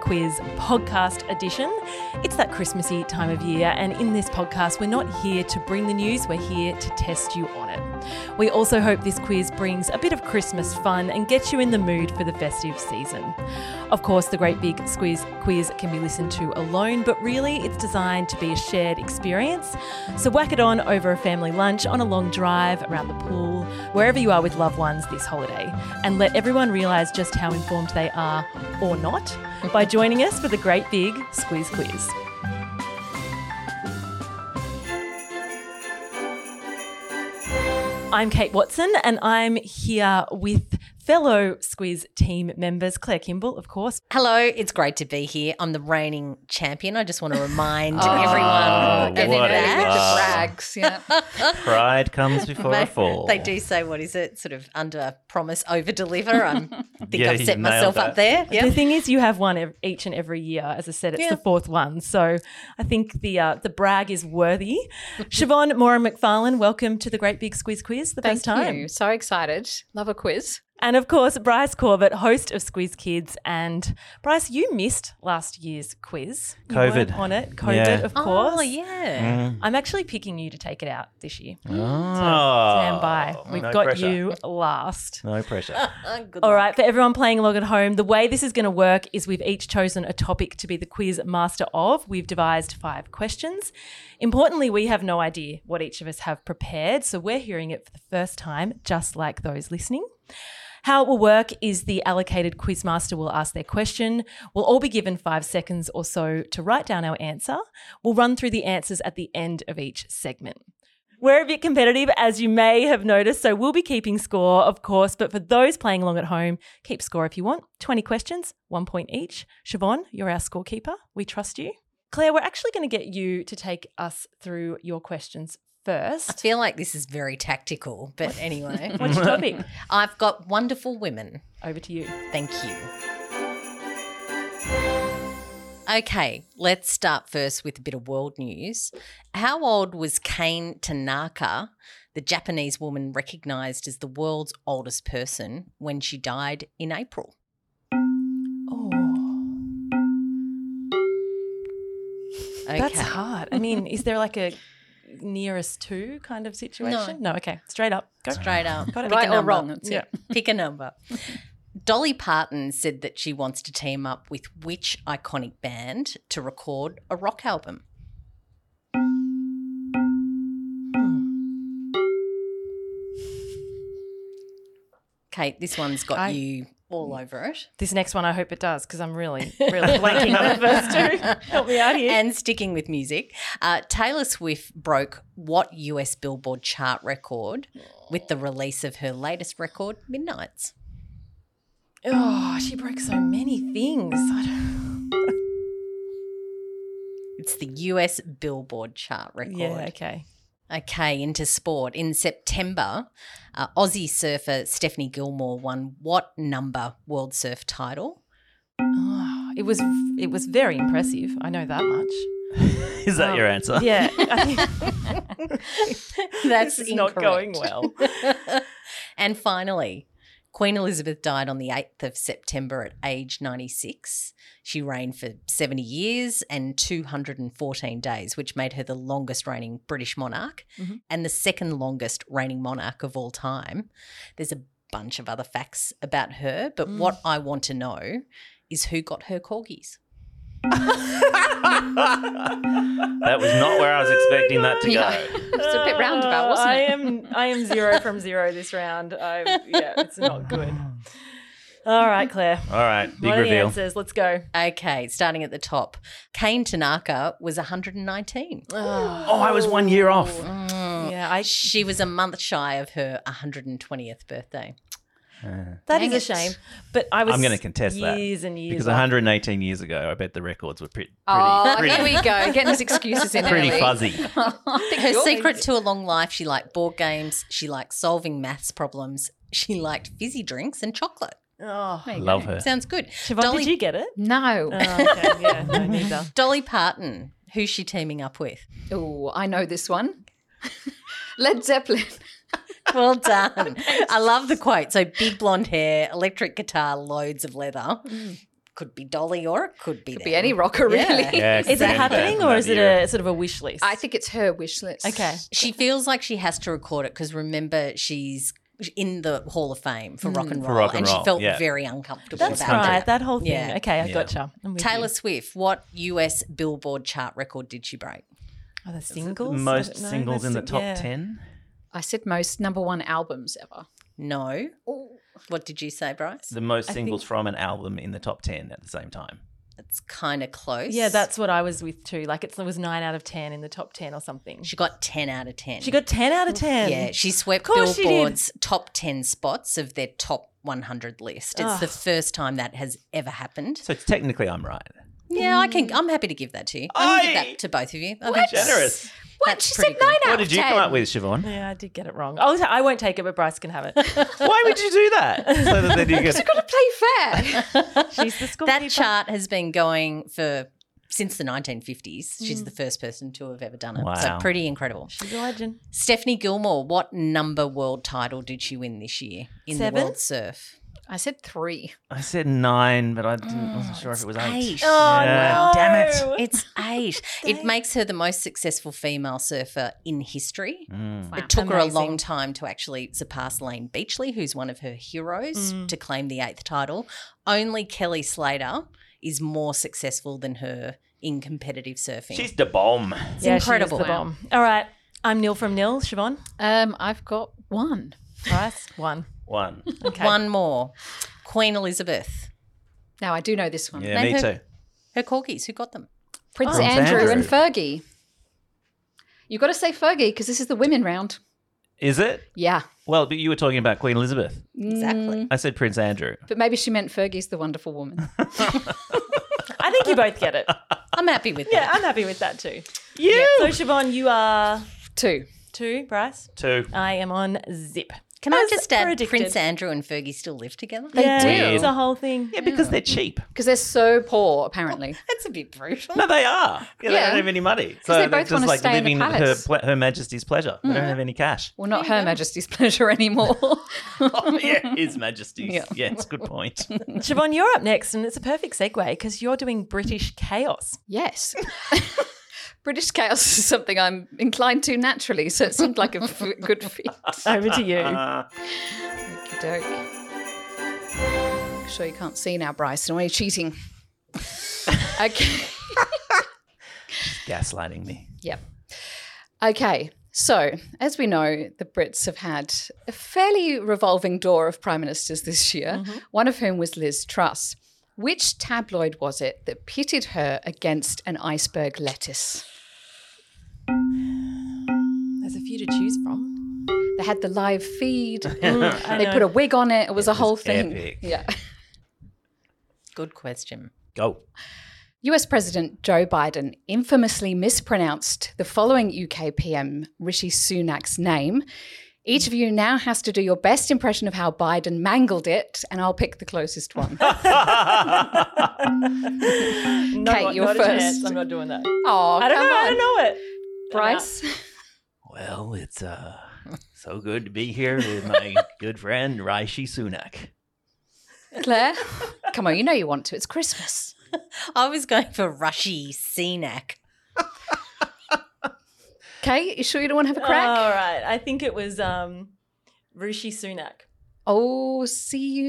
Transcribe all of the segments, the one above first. Quiz podcast edition. It's that Christmassy time of year, and in this podcast, we're not here to bring the news, we're here to test you on it. We also hope this quiz brings a bit of Christmas fun and gets you in the mood for the festive season. Of course, the Great Big Squiz Quiz can be listened to alone, but really it's designed to be a shared experience. So whack it on over a family lunch, on a long drive, around the pool, wherever you are with loved ones this holiday, and let everyone realise just how informed they are or not by joining us for the Great Big Squiz Quiz. I'm Kate Watson, and I'm here with fellow Squiz team members Claire Kimball, of course, Hello, it's great to be here. I'm the reigning champion. I just want to remind everyone of Oh, what a that. laugh. brags. Yeah. Pride comes before a Mate, fall. They do say, what is it? Sort of under promise, over deliver. I think Yeah, I've you set nailed myself up that. there. The Yeah. thing is, you have one ev- each and every year. As I said, it's Yeah. the fourth one, so I think the uh, the brag is worthy. Siobhan Moran McFarlane, welcome to the Great Big Squiz Quiz, the first time, you. So excited. Love a quiz. and of course Bryce Corbett, host of Squiz Kids. And Bryce, you missed last year's quiz. You COVID. weren't on it, COVID, Yeah. of course. Oh, yeah. Mm. I'm actually picking you to take it out this year. Oh, Stand by. We've no got pressure. you last. No pressure. Oh, good All luck. right, for everyone playing along at home, the way this is going to work is we've each chosen a topic to be the quiz master of. We've devised five questions. Importantly, we have no idea what each of us have prepared, so we're hearing it for the first time, just like those listening. How it will work is the allocated quiz master will ask their question. We'll all be given five seconds or so to write down our answer. We'll run through the answers at the end of each segment. We're a bit competitive, as you may have noticed, so we'll be keeping score, of course. But for those playing along at home, keep score if you want. 20 questions, one point each. Siobhan, you're our scorekeeper. We trust you. Claire, we're actually going to get you to take us through your questions I first. feel like this is very tactical, but anyway. What's your topic? I've got wonderful women. Over to you. Thank you. Okay, let's start first with a bit of world news. How old was Kane Tanaka, the Japanese woman recognized as the world's oldest person, when she died in April? Oh, Okay. that's hard. I mean, is there like a nearest to kind of situation? No, okay. Straight up. Go. Straight up. Got it. Pick a Right or number. wrong. That's Yeah. it. Pick a number. Dolly Parton said that she wants to team up with which iconic band to record a rock album? Hmm. Kate, this one's got I- you all over it. This next one, I hope it does because I'm really, really blanking on the first two. Help me out here. And sticking with music, uh, Taylor Swift broke what US Billboard chart record with the release of her latest record, Midnight's? Oh, she broke so many things. I don't... It's the US Billboard chart record. Yeah, okay. Okay, into sport. In September, uh, Aussie surfer Stephanie Gilmore won what number World Surf title? Oh, it was it was very impressive. I know that much. Is that Um, your answer? Yeah, I think That's this is not going incorrect. well. and finally, Queen Elizabeth died on the 8th of September at age 96. She reigned for 70 years and 214 days, which made her the longest reigning British monarch Mhm. and the second longest reigning monarch of all time. There's a bunch of other facts about her, but Mm. what I want to know is who got her corgis? That was not where I was expecting that to Yeah. go. It's a bit roundabout, wasn't I it? am I am zero from zero this round. I yeah, it's not good. All right, Claire. All right, big what are the reveal. answers? Let's go. Okay, starting at the top. Kane Tanaka was 119. Oh, Oh, I was one year off. Mm. yeah, I She was a month shy of her 120th birthday. That is Dang a it. shame. But I was I'm gonna contest that, years and years Because after. 118 years ago, I bet the records were pretty, pretty, Oh, pretty, here we go. Getting his excuses in pretty early. fuzzy. I think Her you're- secret to a long life, she liked board games, she liked solving maths problems, she liked fizzy drinks and chocolate. Oh. There you Love go. her. Sounds good. Siobhan, Dolly- did you get it? No. Oh, okay. Yeah, no, neither. Dolly Parton, who's she teaming up with? Oh, I know this one. Led Zeppelin. Well done. I love the quote. So big blonde hair, electric guitar, loads of leather. Could be Dolly or it could be Could be them. any rocker, Yeah. really. Yeah, Is it Exactly. happening or is it a sort of a wish list? I think it's her wish list. Okay. She feels like she has to record it because remember she's in the Hall of Fame for rock and roll, For rock and she roll, felt yeah. very uncomfortable That's about right. it. That whole thing. Yeah. Okay, I Yeah. gotcha. I'm with Taylor you. Swift, what US Billboard chart record did she break? Are there singles? I Most don't know. singles in the That's- top yeah. 10. I said most number one albums ever. No. What did you say, Bryce? The most I singles think- from an album in the top 10 at the same time. That's kind of close. Yeah, that's what I was with too. Like it's, it was nine out of 10 in the top 10 or something. she got ten out of ten. She got 10 out of 10. Yeah, she swept course she did. Billboard's top 10 spots of their top 100 list. It's the Ugh. first time that has ever happened. So technically, I'm right. Yeah, I Mm. can. I'm happy to give that to you. I can give that to both of you. I think Generous. What? That's she pretty said good. nine out What did you of come 10. up with, Siobhan? Yeah, I did get it wrong. I'll t- I won't take it, but Bryce can have it. Why would you do that? So that then you get. Got to play fair. She's the school that chart has been going for since the 1950s. Mm. She's the first person to have ever done it. So Wow. pretty incredible. She's a legend. Stephanie Gilmore, what number world title did she win this year in Seven? the world surf? I said three. I said nine, but I Mm, didn't, wasn't sure if it was eight. eight. Oh, Yeah. no. Damn it. It's eight. it Dang. makes her the most successful female surfer in history. Mm. Wow. It took her a Amazing. long time to actually surpass Lane Beachley, who's one of her heroes, to claim the eighth title. Only Kelly Slater is more successful than her in competitive surfing. She's the bomb. It's incredible. the bomb. All right. I'm Nil from Nil. Siobhan, Um, I've got one. Bryce, one. One. Okay. One more. Queen Elizabeth. Now I do know this one. Yeah, Name me her. too. Her corgis, who got them? Prince Prince Andrew, Andrew. and Fergie. You got to say Fergie because this is the women round. Is it? Yeah, Well, but you were talking about Queen Elizabeth. Mm. Exactly. I said Prince Andrew. but maybe she meant Fergie's the wonderful woman. I think you both get it. I'm happy with Yeah, that. I'm happy with that too. You. So Siobhan, you are Two. two, Bryce. Two. Oh, I am on zip. Can I As just add predicted. Prince Andrew and Fergie still live together? yeah, do. It's a whole thing. Yeah, because they're cheap. Because they're so poor, apparently. That's a bit brutal. No, they are. Yeah, they Yeah. don't have any money. So they they're both just wanna like stay in the living her, palace. Mm. ple- her Majesty's pleasure. They don't have any cash. Well, not Her Majesty's pleasure anymore. Oh, yeah, His Majesty's. Yeah. Yeah. it's a good point. Siobhan, you're up next, and it's a perfect segue because you're doing British chaos. yes. British chaos is something I'm inclined to naturally, so it seemed like a f- good fit. Over to you. Okey-doke. Sure, you can't see now, Bryson. Why are you cheating? okay. Gaslighting me. Yep. Okay. So, as we know, the Brits have had a fairly revolving door of prime ministers this year, one of whom was Liz Truss. Which tabloid was it that pitted her against an iceberg lettuce? There's a few to choose from. They had the live feed, I they know. put a wig on it, it was a whole thing. epic. Yeah. Good question. Go. US President Joe Biden infamously mispronounced the following UK PM, Rishi Sunak's name. Each of you now has to do your best impression of how Biden mangled it, and I'll pick the closest one. No, Kate, not- you're not a first. chance. I'm not doing that. Oh, I don't come know. on, I don't know it. Bryce. Well, it's uh, so good to be here with my good friend Raishi Sunak. Claire, come on, you know you want to. It's Christmas. I was going for Rushy Cenac. Kate, you sure you don't want to have a All crack? right. I think it was um, Rishi Sunak. oh, see, you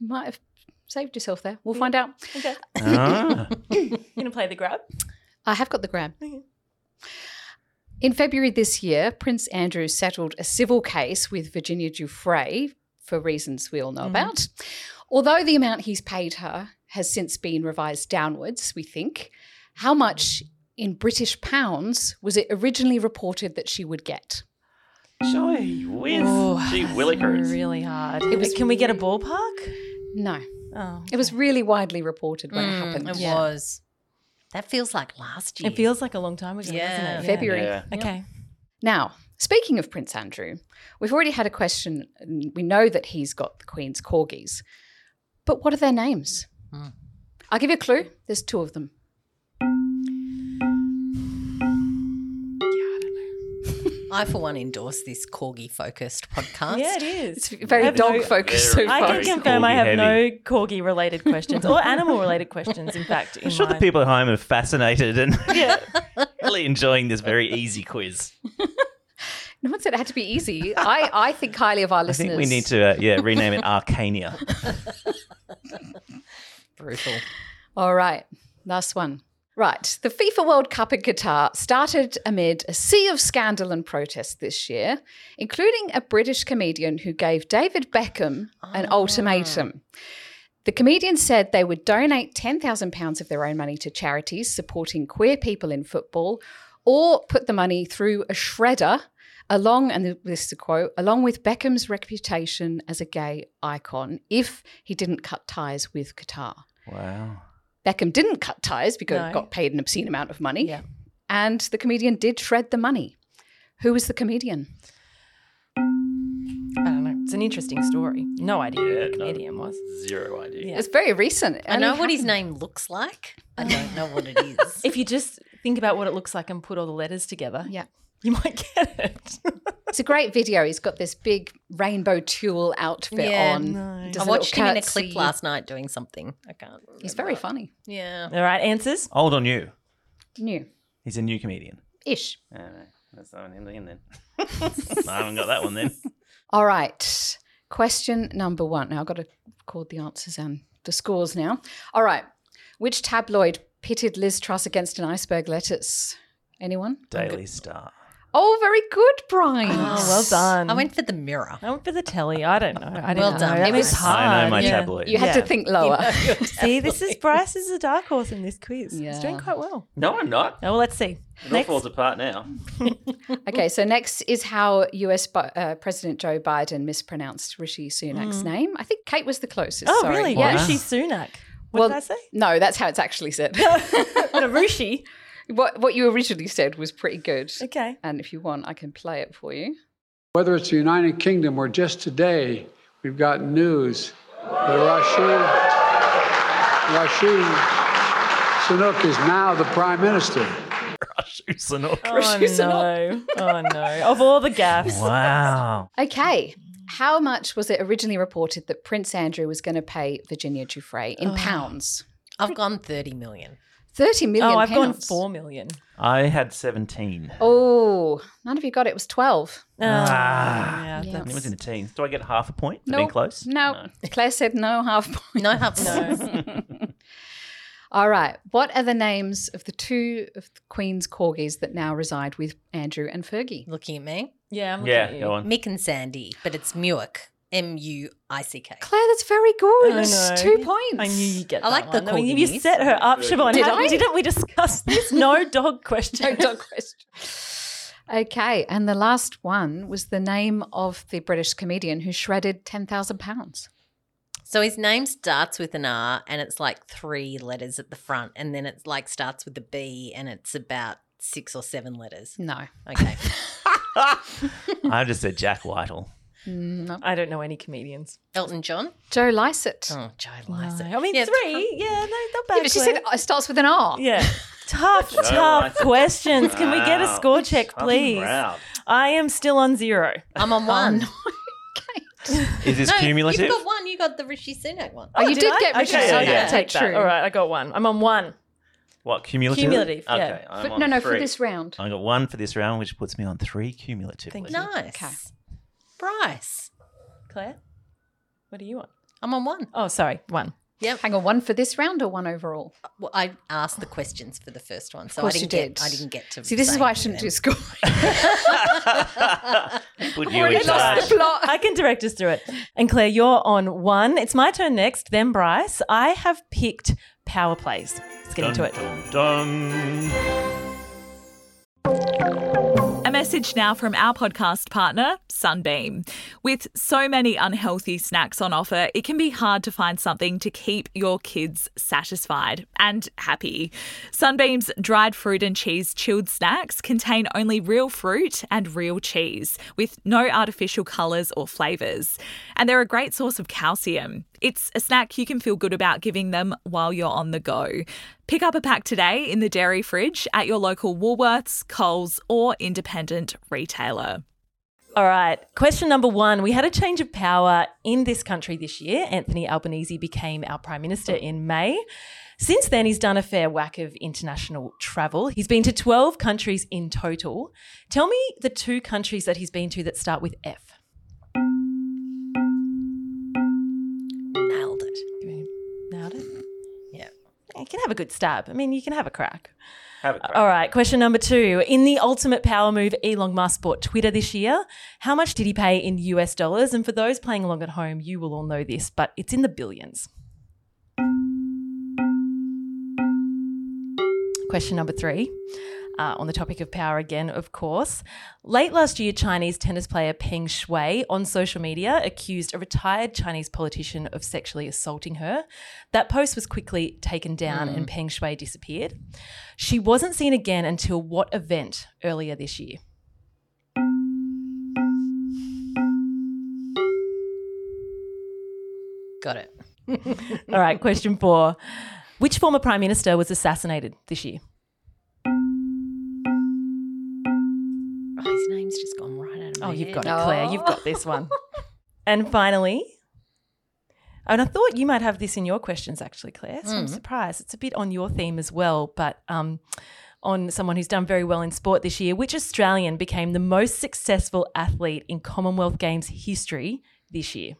you might have saved yourself there. We'll find out. Okay. Ah. You gonna play the grab? I have got the grab. Okay. In February this year, Prince Andrew settled a civil case with Virginia Giuffre for reasons we all Mm-hmm. know about. Although the amount he's paid her has since been revised downwards, we think, how much in British pounds was it originally reported that she would get? Joy whiz. Ooh, Gee that's willikers. Really hard. It was- Can we get a ballpark? No, Oh. it was really widely reported when Mm, it happened. It Yeah. was. That feels like last year. It feels like a long time ago, Yeah. doesn't it? February. Yeah. Okay. Now, speaking of Prince Andrew, we've already had a question. We know that he's got the Queen's corgis, but what are their names? Hmm. I'll give you a clue. There's two of them. I, for one, endorse this corgi focused podcast. Yeah, it is. It's very Have no- dog focused so Very I far. can Sorry, confirm I corgi have heavy. no corgi related questions or animal related questions, in fact. In I'm sure the mine. people at home are fascinated and Yeah. really enjoying this very easy quiz. No one said it had to be easy. I, I think highly of our I listeners. think we need to uh, yeah rename it Arcania. Brutal. All right, last one. Right, the FIFA World Cup in Qatar started amid a sea of scandal and protest this year, including a British comedian who gave David Beckham an ultimatum. The comedian said they would donate £10,000 of their own money to charities supporting queer people in football or put the money through a shredder along and this is a quote along with Beckham's reputation as a gay icon if he didn't cut ties with Qatar. Wow. Beckham didn't cut ties because No. got paid an obscene amount of money. Yeah. And the comedian did shred the money. Who was the comedian? I don't know. It's an interesting story. No idea Yeah, who no. the comedian was. Zero idea. Yeah. It's very recent. It I know only what his happened- name looks like. I don't know what it is. If you just think about what it looks like and put all the letters together, Yeah. you might get it. It's a great video. He's got this big rainbow tulle outfit Yeah, on. no. He does I a little watched him in a curtsy. clip last night doing something. I can't. He's remember. very funny. Yeah. all right, answers? Old or new? New. He's a new comedian. Ish. That's not in then. I haven't got that one then. All right. Question number one. Now I've got to record the answers and the scores now. All right. Which tabloid pitted Liz Truss against an iceberg lettuce? Anyone? Daily Star. Oh, very good, Brian. Oh, well done. I went for the mirror. I went for the telly. I don't know. I didn't Well know. done. That It was was- hard. I know my Yeah. tabloid. You had Yeah. to think lower. See, this is Bryce is a dark horse in this quiz. He's doing Yeah. quite well. No, I'm not. Oh, well, let's see. It all Next. falls apart now. Okay, so next is how US Bi- uh, President Joe Biden mispronounced Rishi Sunak's name. I think Kate was the closest. Mm. Oh, sorry. really? Yeah. Wow. Rishi Sunak. What Well- did I say? No, that's how it's actually said. No, Rishi. what what you originally said was pretty good. Okay. And if you want, I can play it for you. Whether it's the United Kingdom or just today, we've got news that Rashid, Rashid Sunak is now the prime minister. Sunak. Oh, no. Oh, no. Of all the gaffes. Wow. Okay. How much was it originally reported that Prince Andrew was going to pay Virginia Giuffre in pounds? I've gone 30 million. 30 million Oh, I've gone pounds. 4 million. I had 17. Oh, none of you got it. It was 12. Ah. Oh, yeah, Yeah. It that's- was in the teens. Do I get half a point for being Nope. close? No. Claire said no half point. No, half no. All right. What are the names of the two of the Queen's corgis that now reside with Andrew and Fergie? Looking at me. yeah, I'm looking Yeah, at you. go on. Mick and Sandy, but it's Muick. M U I C K. Claire, that's very good. I know. Two points. I knew you'd get I that like the one. I mean, corgis. you set her up, Siobhan. Did How- I? Didn't we discuss this? No dog question. No dog question. Okay, and the last one was the name of the British comedian who shredded ten thousand pounds. So his name starts with an R and it's like three letters at the front, and then it's like starts with a B and it's about six or seven letters. No, Okay. I just said Jack Whitehall. no. I don't know any comedians. Elton John. Joe Lycett. Oh, Joe No. Lycett. I mean, Yeah, three. Yeah, no, not bad. yeah, but she said "Oh." Claire. it starts with an R. Yeah. Tough, Joe tough Lycett. questions. Can we get a Wow. score check, I'm please? proud. I am still on zero. I'm on one. Um, Is this cumulative? You've got one. You got the Rishi Sunak one. Oh, you did did, I? get Okay, Richard yeah, Sunak. yeah. Take Take true. that. All right, I got one. I'm on one. What, cumulative? Cumulative, yeah. Okay. I'm But on no, no, for three. this round. I got one for this round, which puts me on three cumulatively. Thank you. Nice. Okay. Bryce. Claire, what do you want? I'm on one. Oh, sorry, one. Yep. Hang on, one for this round or one overall? Well, I asked the questions for the first one, so Oh, I course didn't you get. did. I didn't get to. See, this is why I saying shouldn't them. do score. Put you in Already lost charge. the plot. I can direct us through it. And Claire, you're on one. It's my turn next, then Bryce. I have picked power plays. Let's get into it. Dun, dun, dun. I'm message now from our podcast partner, Sunbeam. With so many unhealthy snacks on offer, it can be hard to find something to keep your kids satisfied and happy. Sunbeam's dried fruit and cheese chilled snacks contain only real fruit and real cheese, with no artificial colours or flavours. And they're a great source of calcium. It's a snack you can feel good about giving them while you're on the go. Pick up a pack today in the dairy fridge at your local Woolworths, Coles, or independent retailer. All right. Question number one. We had a change of power in this country this year. Anthony Albanese became our Prime Minister in May. Since then, he's done a fair whack of international travel. He's been to 12 countries in total. Tell me the two countries that he's been to that start with F. Nailed it. Nailed it? Yeah. You can have a good stab. I mean, you can have a crack. Have it. All right, question number two. In the ultimate power move, Elon Musk bought Twitter this year. How much did he pay in US dollars? And for those playing along at home, you will all know this, but it's in the billions. Question number three. Uh, on the topic of power again, of course. Late last year, Chinese tennis player Peng Shuai on social media accused a retired Chinese politician of sexually assaulting her. That post was quickly taken down and Peng Shuai disappeared. She wasn't seen again until what event earlier this year? Got it. All right, question four. Which former prime minister was assassinated this year? Oh, his name's just gone right out of my Oh, you've head. got it, Claire. You've got this one. and finally, and I thought you might have this in your questions, actually, Claire. So I'm surprised. It's a bit on your theme as well, but um, on someone who's done very well in sport this year. Which Australian became the most successful athlete in Commonwealth Games history this year?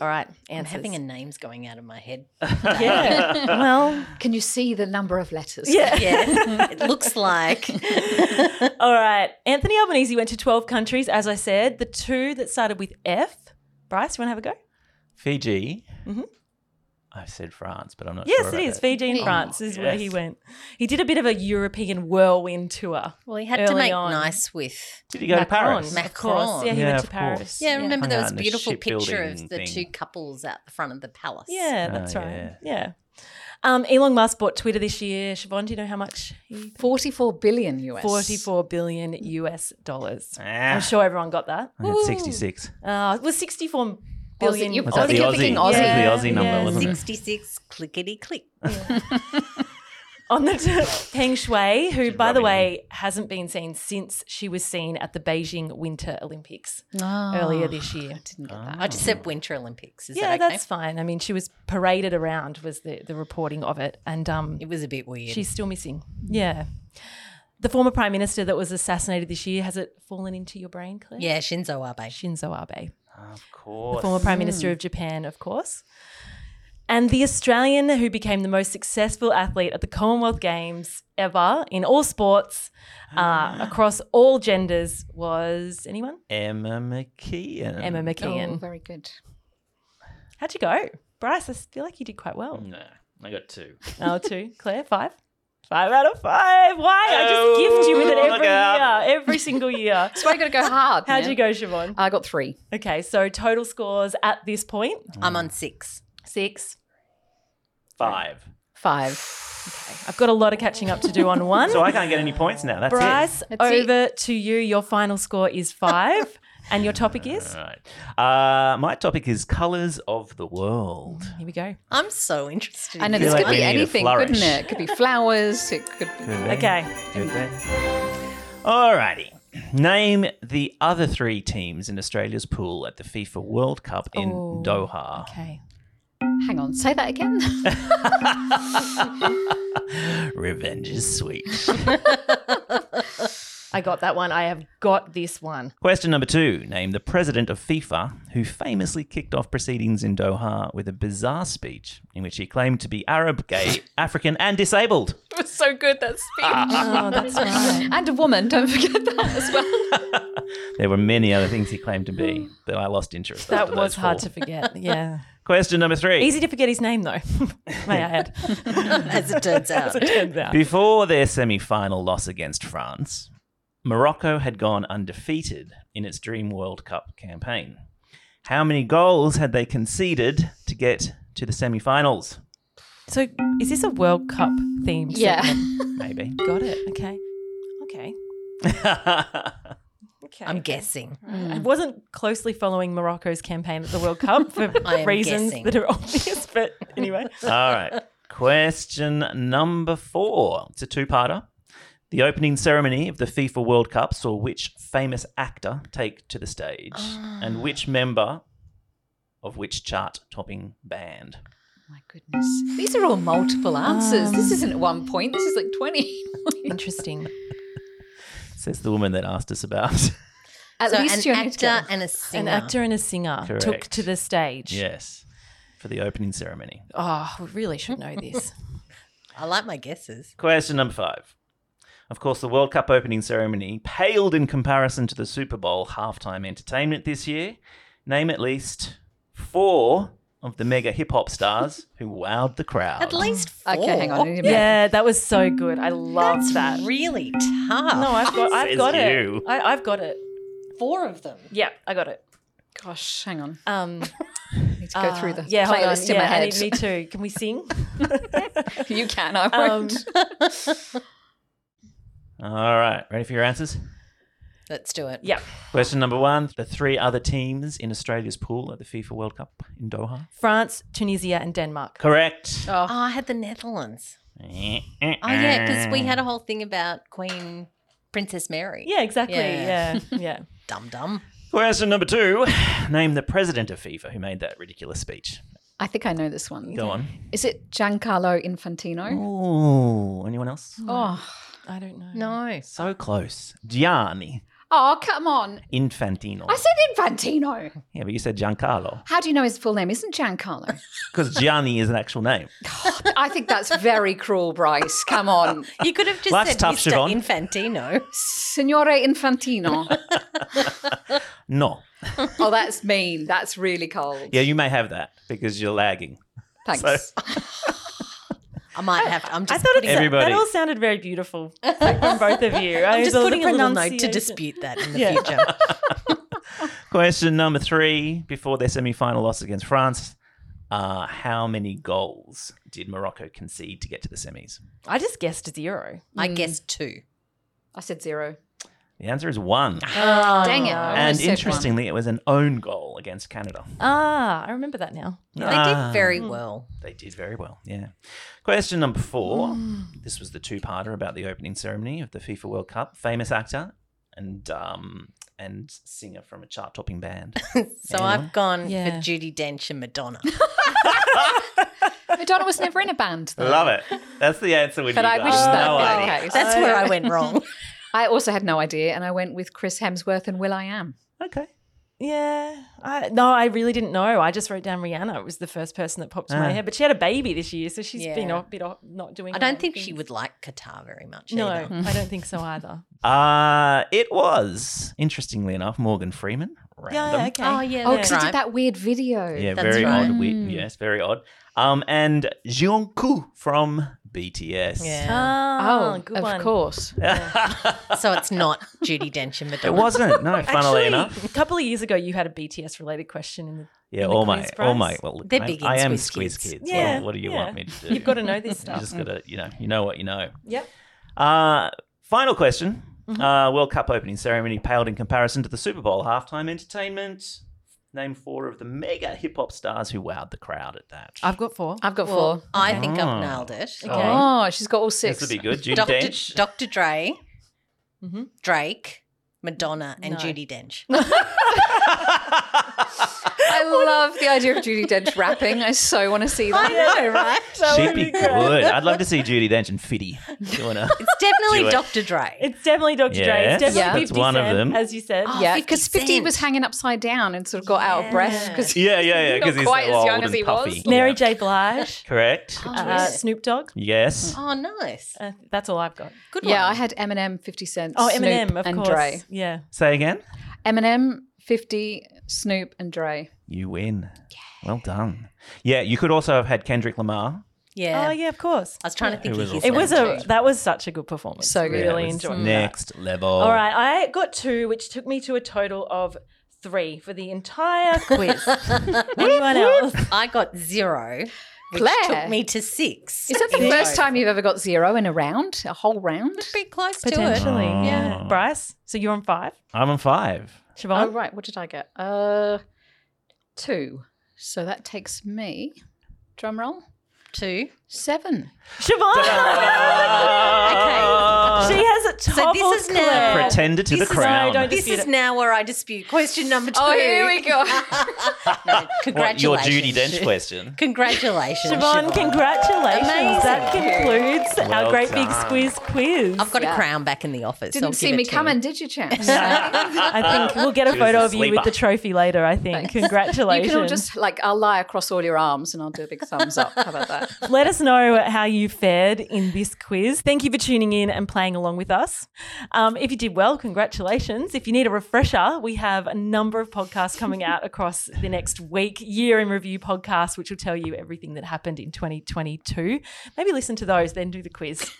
All right, I'm answers. having a name's going out of my head. yeah. well, Can you see the number of letters? yeah. Yeah, it looks like. All right. Anthony Albanese went to 12 countries, as I said. The two that started with F. Bryce, you want to have a go? Fiji. Mhm. I've said France, but I'm not Yes, sure. it about is. Fiji and Oh, France is where he yes. went. He did a bit of a European whirlwind tour. Well, he had to Early make on. nice with. Did you go Macron, to Paris? of Macron. course. Yeah, he Yeah, went of to Paris. course. Yeah, I remember Hung there out was in a the beautiful picture of shipbuilding the thing. two couples at the front of the palace. Yeah, that's Oh, right. Yeah. yeah. Um, Elon Musk bought Twitter this year. Siobhan, do you know how much? He 44 billion US. 44 billion US dollars. Ah. I'm sure everyone got that. I had 66. Uh, it was 64 billion. you- Was that I think the you're Aussie? thinking That was Aussie. Yeah, the Aussie number, yeah. wasn't it? 66 clickety click. on the t- Peng Shuai, who, She's by the rubbing way, hasn't been seen since she was seen at the Beijing Winter Olympics earlier this year. Didn't get that. Ah. I just said Winter Olympics. Is yeah, that okay? that's fine. I mean, she was paraded around, was the, the reporting of it, and um, It was a bit weird. she's still missing. Yeah. The former prime minister that was assassinated this year, has it fallen into your brain, Claire? yeah, Shinzo Abe. Shinzo Abe. Of course. former Prime Minister of Japan, of course. And the Australian who became the most successful athlete at the Commonwealth Games ever in all sports, uh, Ah. across all genders, was anyone? Emma McKeon. Emma Oh, McKeon. very good. How'd you go? Bryce, I feel like you did quite well. Nah, I got two. Oh, two. Claire, five. Five out of five. Why? I just gift you with it Oh, look every out. year, every single year. That's why you got to go hard. How'd man. you go, Siobhan? I got three. Okay, so total scores at this point I'm on six. six. Five. Five. I've got a lot of catching up to do on one. So I can't get any points now. That's it. Bryce, That's it. over to you. Your final score is five, and your topic is. All right. Uh, my topic is colors of the world. Here we go. I'm so interested. I know in this like could we be need to anything, flourish. couldn't it? It could be flowers. It could be. Okay. Alrighty. Name the other three teams in Australia's pool at the FIFA World Cup in Oh, Doha. Okay. Hang on, say that again. Revenge is sweet. I got that one. I have got this one. Question number two. Name the president of FIFA who famously kicked off proceedings in Doha with a bizarre speech in which he claimed to be Arab, gay, African, and disabled. it was so good that speech. Oh, that's right. and a woman. Don't forget that as well. There were many other things he claimed to be, but I lost interest. That after those was hard four. to forget. Yeah. Question number three. Easy to forget his name, though, may I add. as it turns out. Turns out. Before their semi final loss against France, Morocco had gone undefeated in its Dream World Cup campaign. How many goals had they conceded to get to the semi finals? So, is this a World Cup themed? Yeah. segment? Maybe. Got it. Okay. Okay. Okay. I'm guessing. I wasn't closely following Morocco's campaign at the World Cup for I am reasons guessing. that are obvious, but anyway. All right. Question number four. It's a two parter. The opening ceremony of the FIFA World Cup saw which famous actor take to the stage and which member of which chart topping band? Oh My goodness. These are all multiple answers. Um, this isn't one point. This is like 20. Interesting. Says the woman that asked us about. At So least an you're an actor and a An singer. actor and a singer took Correct. to the stage. yes. For the opening ceremony. Oh, we really should know this. I like my guesses. Question number five. Of course, the World Cup opening ceremony paled in comparison to the Super Bowl halftime entertainment this year. Name at least four of the mega hip hop stars who wowed the crowd. At least four. Okay, hang on. I need a minute. yeah, that was so good. I loved that. Really tough. No, I've got, I've Says got it. you. I, I've got it. four of them. Yeah, I got it. Gosh, hang on. Um, uh, I need to go through the yeah, hold on. playlist in yeah, my I head. need me too. Can we sing? you can, I Um, won't. All right, ready for your answers? Let's do it. yeah. Question number one The three other teams in Australia's pool at the FIFA World Cup in Doha. France, Tunisia, and Denmark. Correct. Oh, I had the Netherlands. Oh, Oh yeah, because we had a whole thing about Queen Princess Mary. Yeah, exactly. Yeah, Yeah. yeah. Dum dum. Question number two Name the president of FIFA who made that ridiculous speech. I think I know this one. Go on. Is it Giancarlo Oh Infantino? Ooh, anyone else? Oh. I don't know. No. So close. Gianni oh, come on. Infantino. I said Infantino. yeah, but you said Giancarlo. How do you know his full name isn't Giancarlo? Because Gianni is an actual name. I think that's very cruel, Bryce. Come on. You could have just Life's said tough, Mr. Siobhan. Infantino. Signore Infantino. No. Oh, that's mean. That's really cold. Yeah, you may have that because you're lagging. Thanks. I might have to. I'm I just thought it putting, sa- Everybody. that all sounded very beautiful like, from both of you. I I'm was just putting a little note to pronunciation. dispute that in the Yeah. future. Question number three before their semi final loss against France. Uh, how many goals did Morocco concede to get to the semis? I just guessed zero. I guess two. I said zero. The answer is one. Dang it. I Uh, and almost said one. interestingly, it was an own goal against Canada. Ah, I remember that now. They Ah. did very well. They did very well, yeah. Question number four. This was the two-parter about the opening ceremony of the FIFA World Cup. Famous actor and um, and singer from a chart-topping band. So I've gone Yeah. for Judy Dench and Madonna. Madonna was never in a band, though. Love it. That's the answer when But you I got wish it. that no were the idea. case. That's where I went wrong. I also had no idea, and I went with Chris Hemsworth and Will I Am. Okay. Yeah. I, no, I really didn't know. I just wrote down Rihanna. It was the first person that popped to my Ah. head. But she had a baby this year, so she's been Yeah. off, bit off, not doing. a I lot don't of think she things. would like Qatar very much. No, either. I don't think so either. Uh, it was, interestingly enough, Morgan Freeman. Random. yeah, okay. Oh yeah. Oh, that's because he right. did that weird video. Yeah, That's very right. odd. We- yes, very odd. Um, and Jungkook from BTS. Yeah. Ah, Oh, good of one. course. so it's not Judy Dench and It Madonna. wasn't. No, funnily enough. a couple of years ago, you had a BTS related question, and Yeah, in the all my, quiz all prize. my. Well, look, They're mate, big in I am Squiz squeeze Kids. kids. Yeah, What, what do you yeah. want me to do? you've got to know this You stuff. just gotta, you know, you know what you know. yep. Uh, final question. Uh, World Cup opening ceremony paled in comparison to the Super Bowl halftime entertainment. Name four of the mega hip hop stars who wowed the crowd at that. I've got four. I've got Well, four. I think Oh. I've nailed it. Okay. Oh, she's got all this six. would be good. Judy Dr. Dench. Dr. Dre, Mm-hmm. Mhm. Drake, Madonna, and No. Judy Dench. I love the idea of Judy Dench rapping. I so want to see that. know, right? She'd be good. I'd love to see Judy Dench and Fiddy doing a. It's definitely Do it. Dr. Dre. It's definitely Dr. Dre. Yes, It's definitely Yeah. that's 50 one of Cent, them. as you said. yeah, 50 because 50 was Cent. hanging upside down and sort of got out of breath because Yeah, yeah, yeah. Because Not he's quite so as young old as he and was. puffy. Mary Yeah. J. Blige, Correct. uh, Snoop Dogg. Yes. Oh, nice. Uh, that's all I've got. Good Yeah, I had Eminem, 50 Cent, Oh, Snoop, Eminem, of and course. Dre. Yeah. Say again. Eminem, 50, Snoop, and Dre. You win. Well done. Yeah, you could also have had Kendrick Lamar. Yeah. Oh yeah, of course. I was trying to think It was of his It awesome. was a name. that was such a good performance. So good. Yeah, Really it was enjoyed that. Next level. All right, I got two, which took me to a total of three for the entire quiz. Anyone else? I got zero, which Claire. took me to six. Is that the first time you've ever got zero in a round, a whole round? Pretty close to it. Potentially, yeah. Bryce, so you're on five. I'm on five. Siobhan, Oh, right. What did I get? Uh, two. So that takes me, drum roll, Two. seven. Siobhan, Okay. she has a So top. this is now. Pretended to This the is- crown. No, don't This dispute is it. now where I dispute question number two. Oh, here we go. no, What, congratulations. your Judy Dench question. Congratulations. Siobhan, congratulations. Amazing. That concludes our Well great big done. squeeze quiz. I've got Yeah. a crown back in the office. Didn't I'll see give me it to coming, did you, champs? I think we'll get a She was photo a of you with the sleeper. trophy later, I think. You Congratulations. can all just like I'll lie across all your arms and I'll do a big thumbs up. How about that? Let us know how you fared in this quiz. Thank you for tuning in and playing along with us. Um, if you did well, congratulations. If you need a refresher, we have a number of podcasts coming out across the next week, year in review podcast, which will tell you everything that happened in 2022. Maybe listen to those, then do the quiz.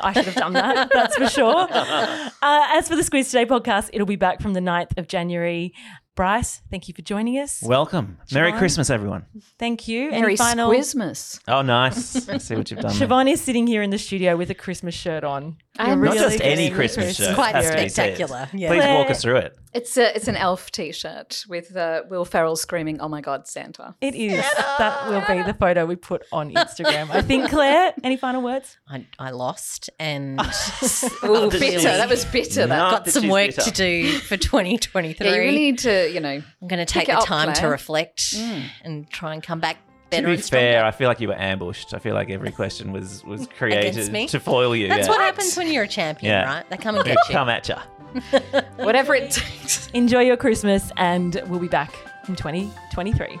I should have done that, that's for sure. Uh, as for the Squeeze Today podcast, it'll be back from the 9th of January. Bryce, thank you for joining us. Welcome. Merry Christmas, everyone. thank you. Merry Any final Squismas. Oh, nice. I see what you've done. there. Siobhan is sitting here in the studio with a Christmas shirt on. I am You're Not really just any getting Christmas Christmas. shirt. Quite has to be said. spectacular, yeah. Please walk us through it. It's a it's an elf T-shirt with uh, Will Ferrell screaming, "Oh my God, Santa!" It is. That will be the photo we put on Instagram. I think, Claire, any final words? you. I, I lost and Ooh, did bitter. you- That was bitter. That. No. got that some she's work bitter. to do for 2023. Yeah, you really need to, you know. I'm going to take it the up, time to Claire. Mm. reflect and try and come back better To be and stronger. fair, I feel like you were ambushed. I feel like every question was was created me? to foil you. That's yeah. what happens when you're a champion, Yeah. right? They come and They get you. Come at ya. Whatever it takes. Enjoy your Christmas and we'll be back in 2023.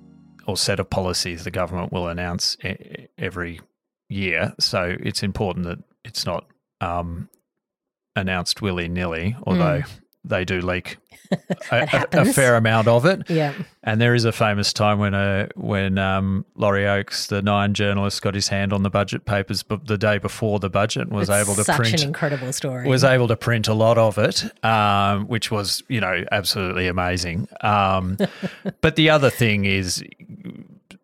or set of policies the government will announce e- e- every year. So it's important that it's not um, announced willy nilly, although they do leak a, a- a Hmm. happens. fair amount of it. Yeah. And there is a famous time when uh, when um, Laurie Oakes, the nine journalist, got his hand on the budget papers but the day before the budget and was It's able to such print an incredible story. was able to print a lot of it, um, which was you know absolutely amazing. Um, but the other thing is,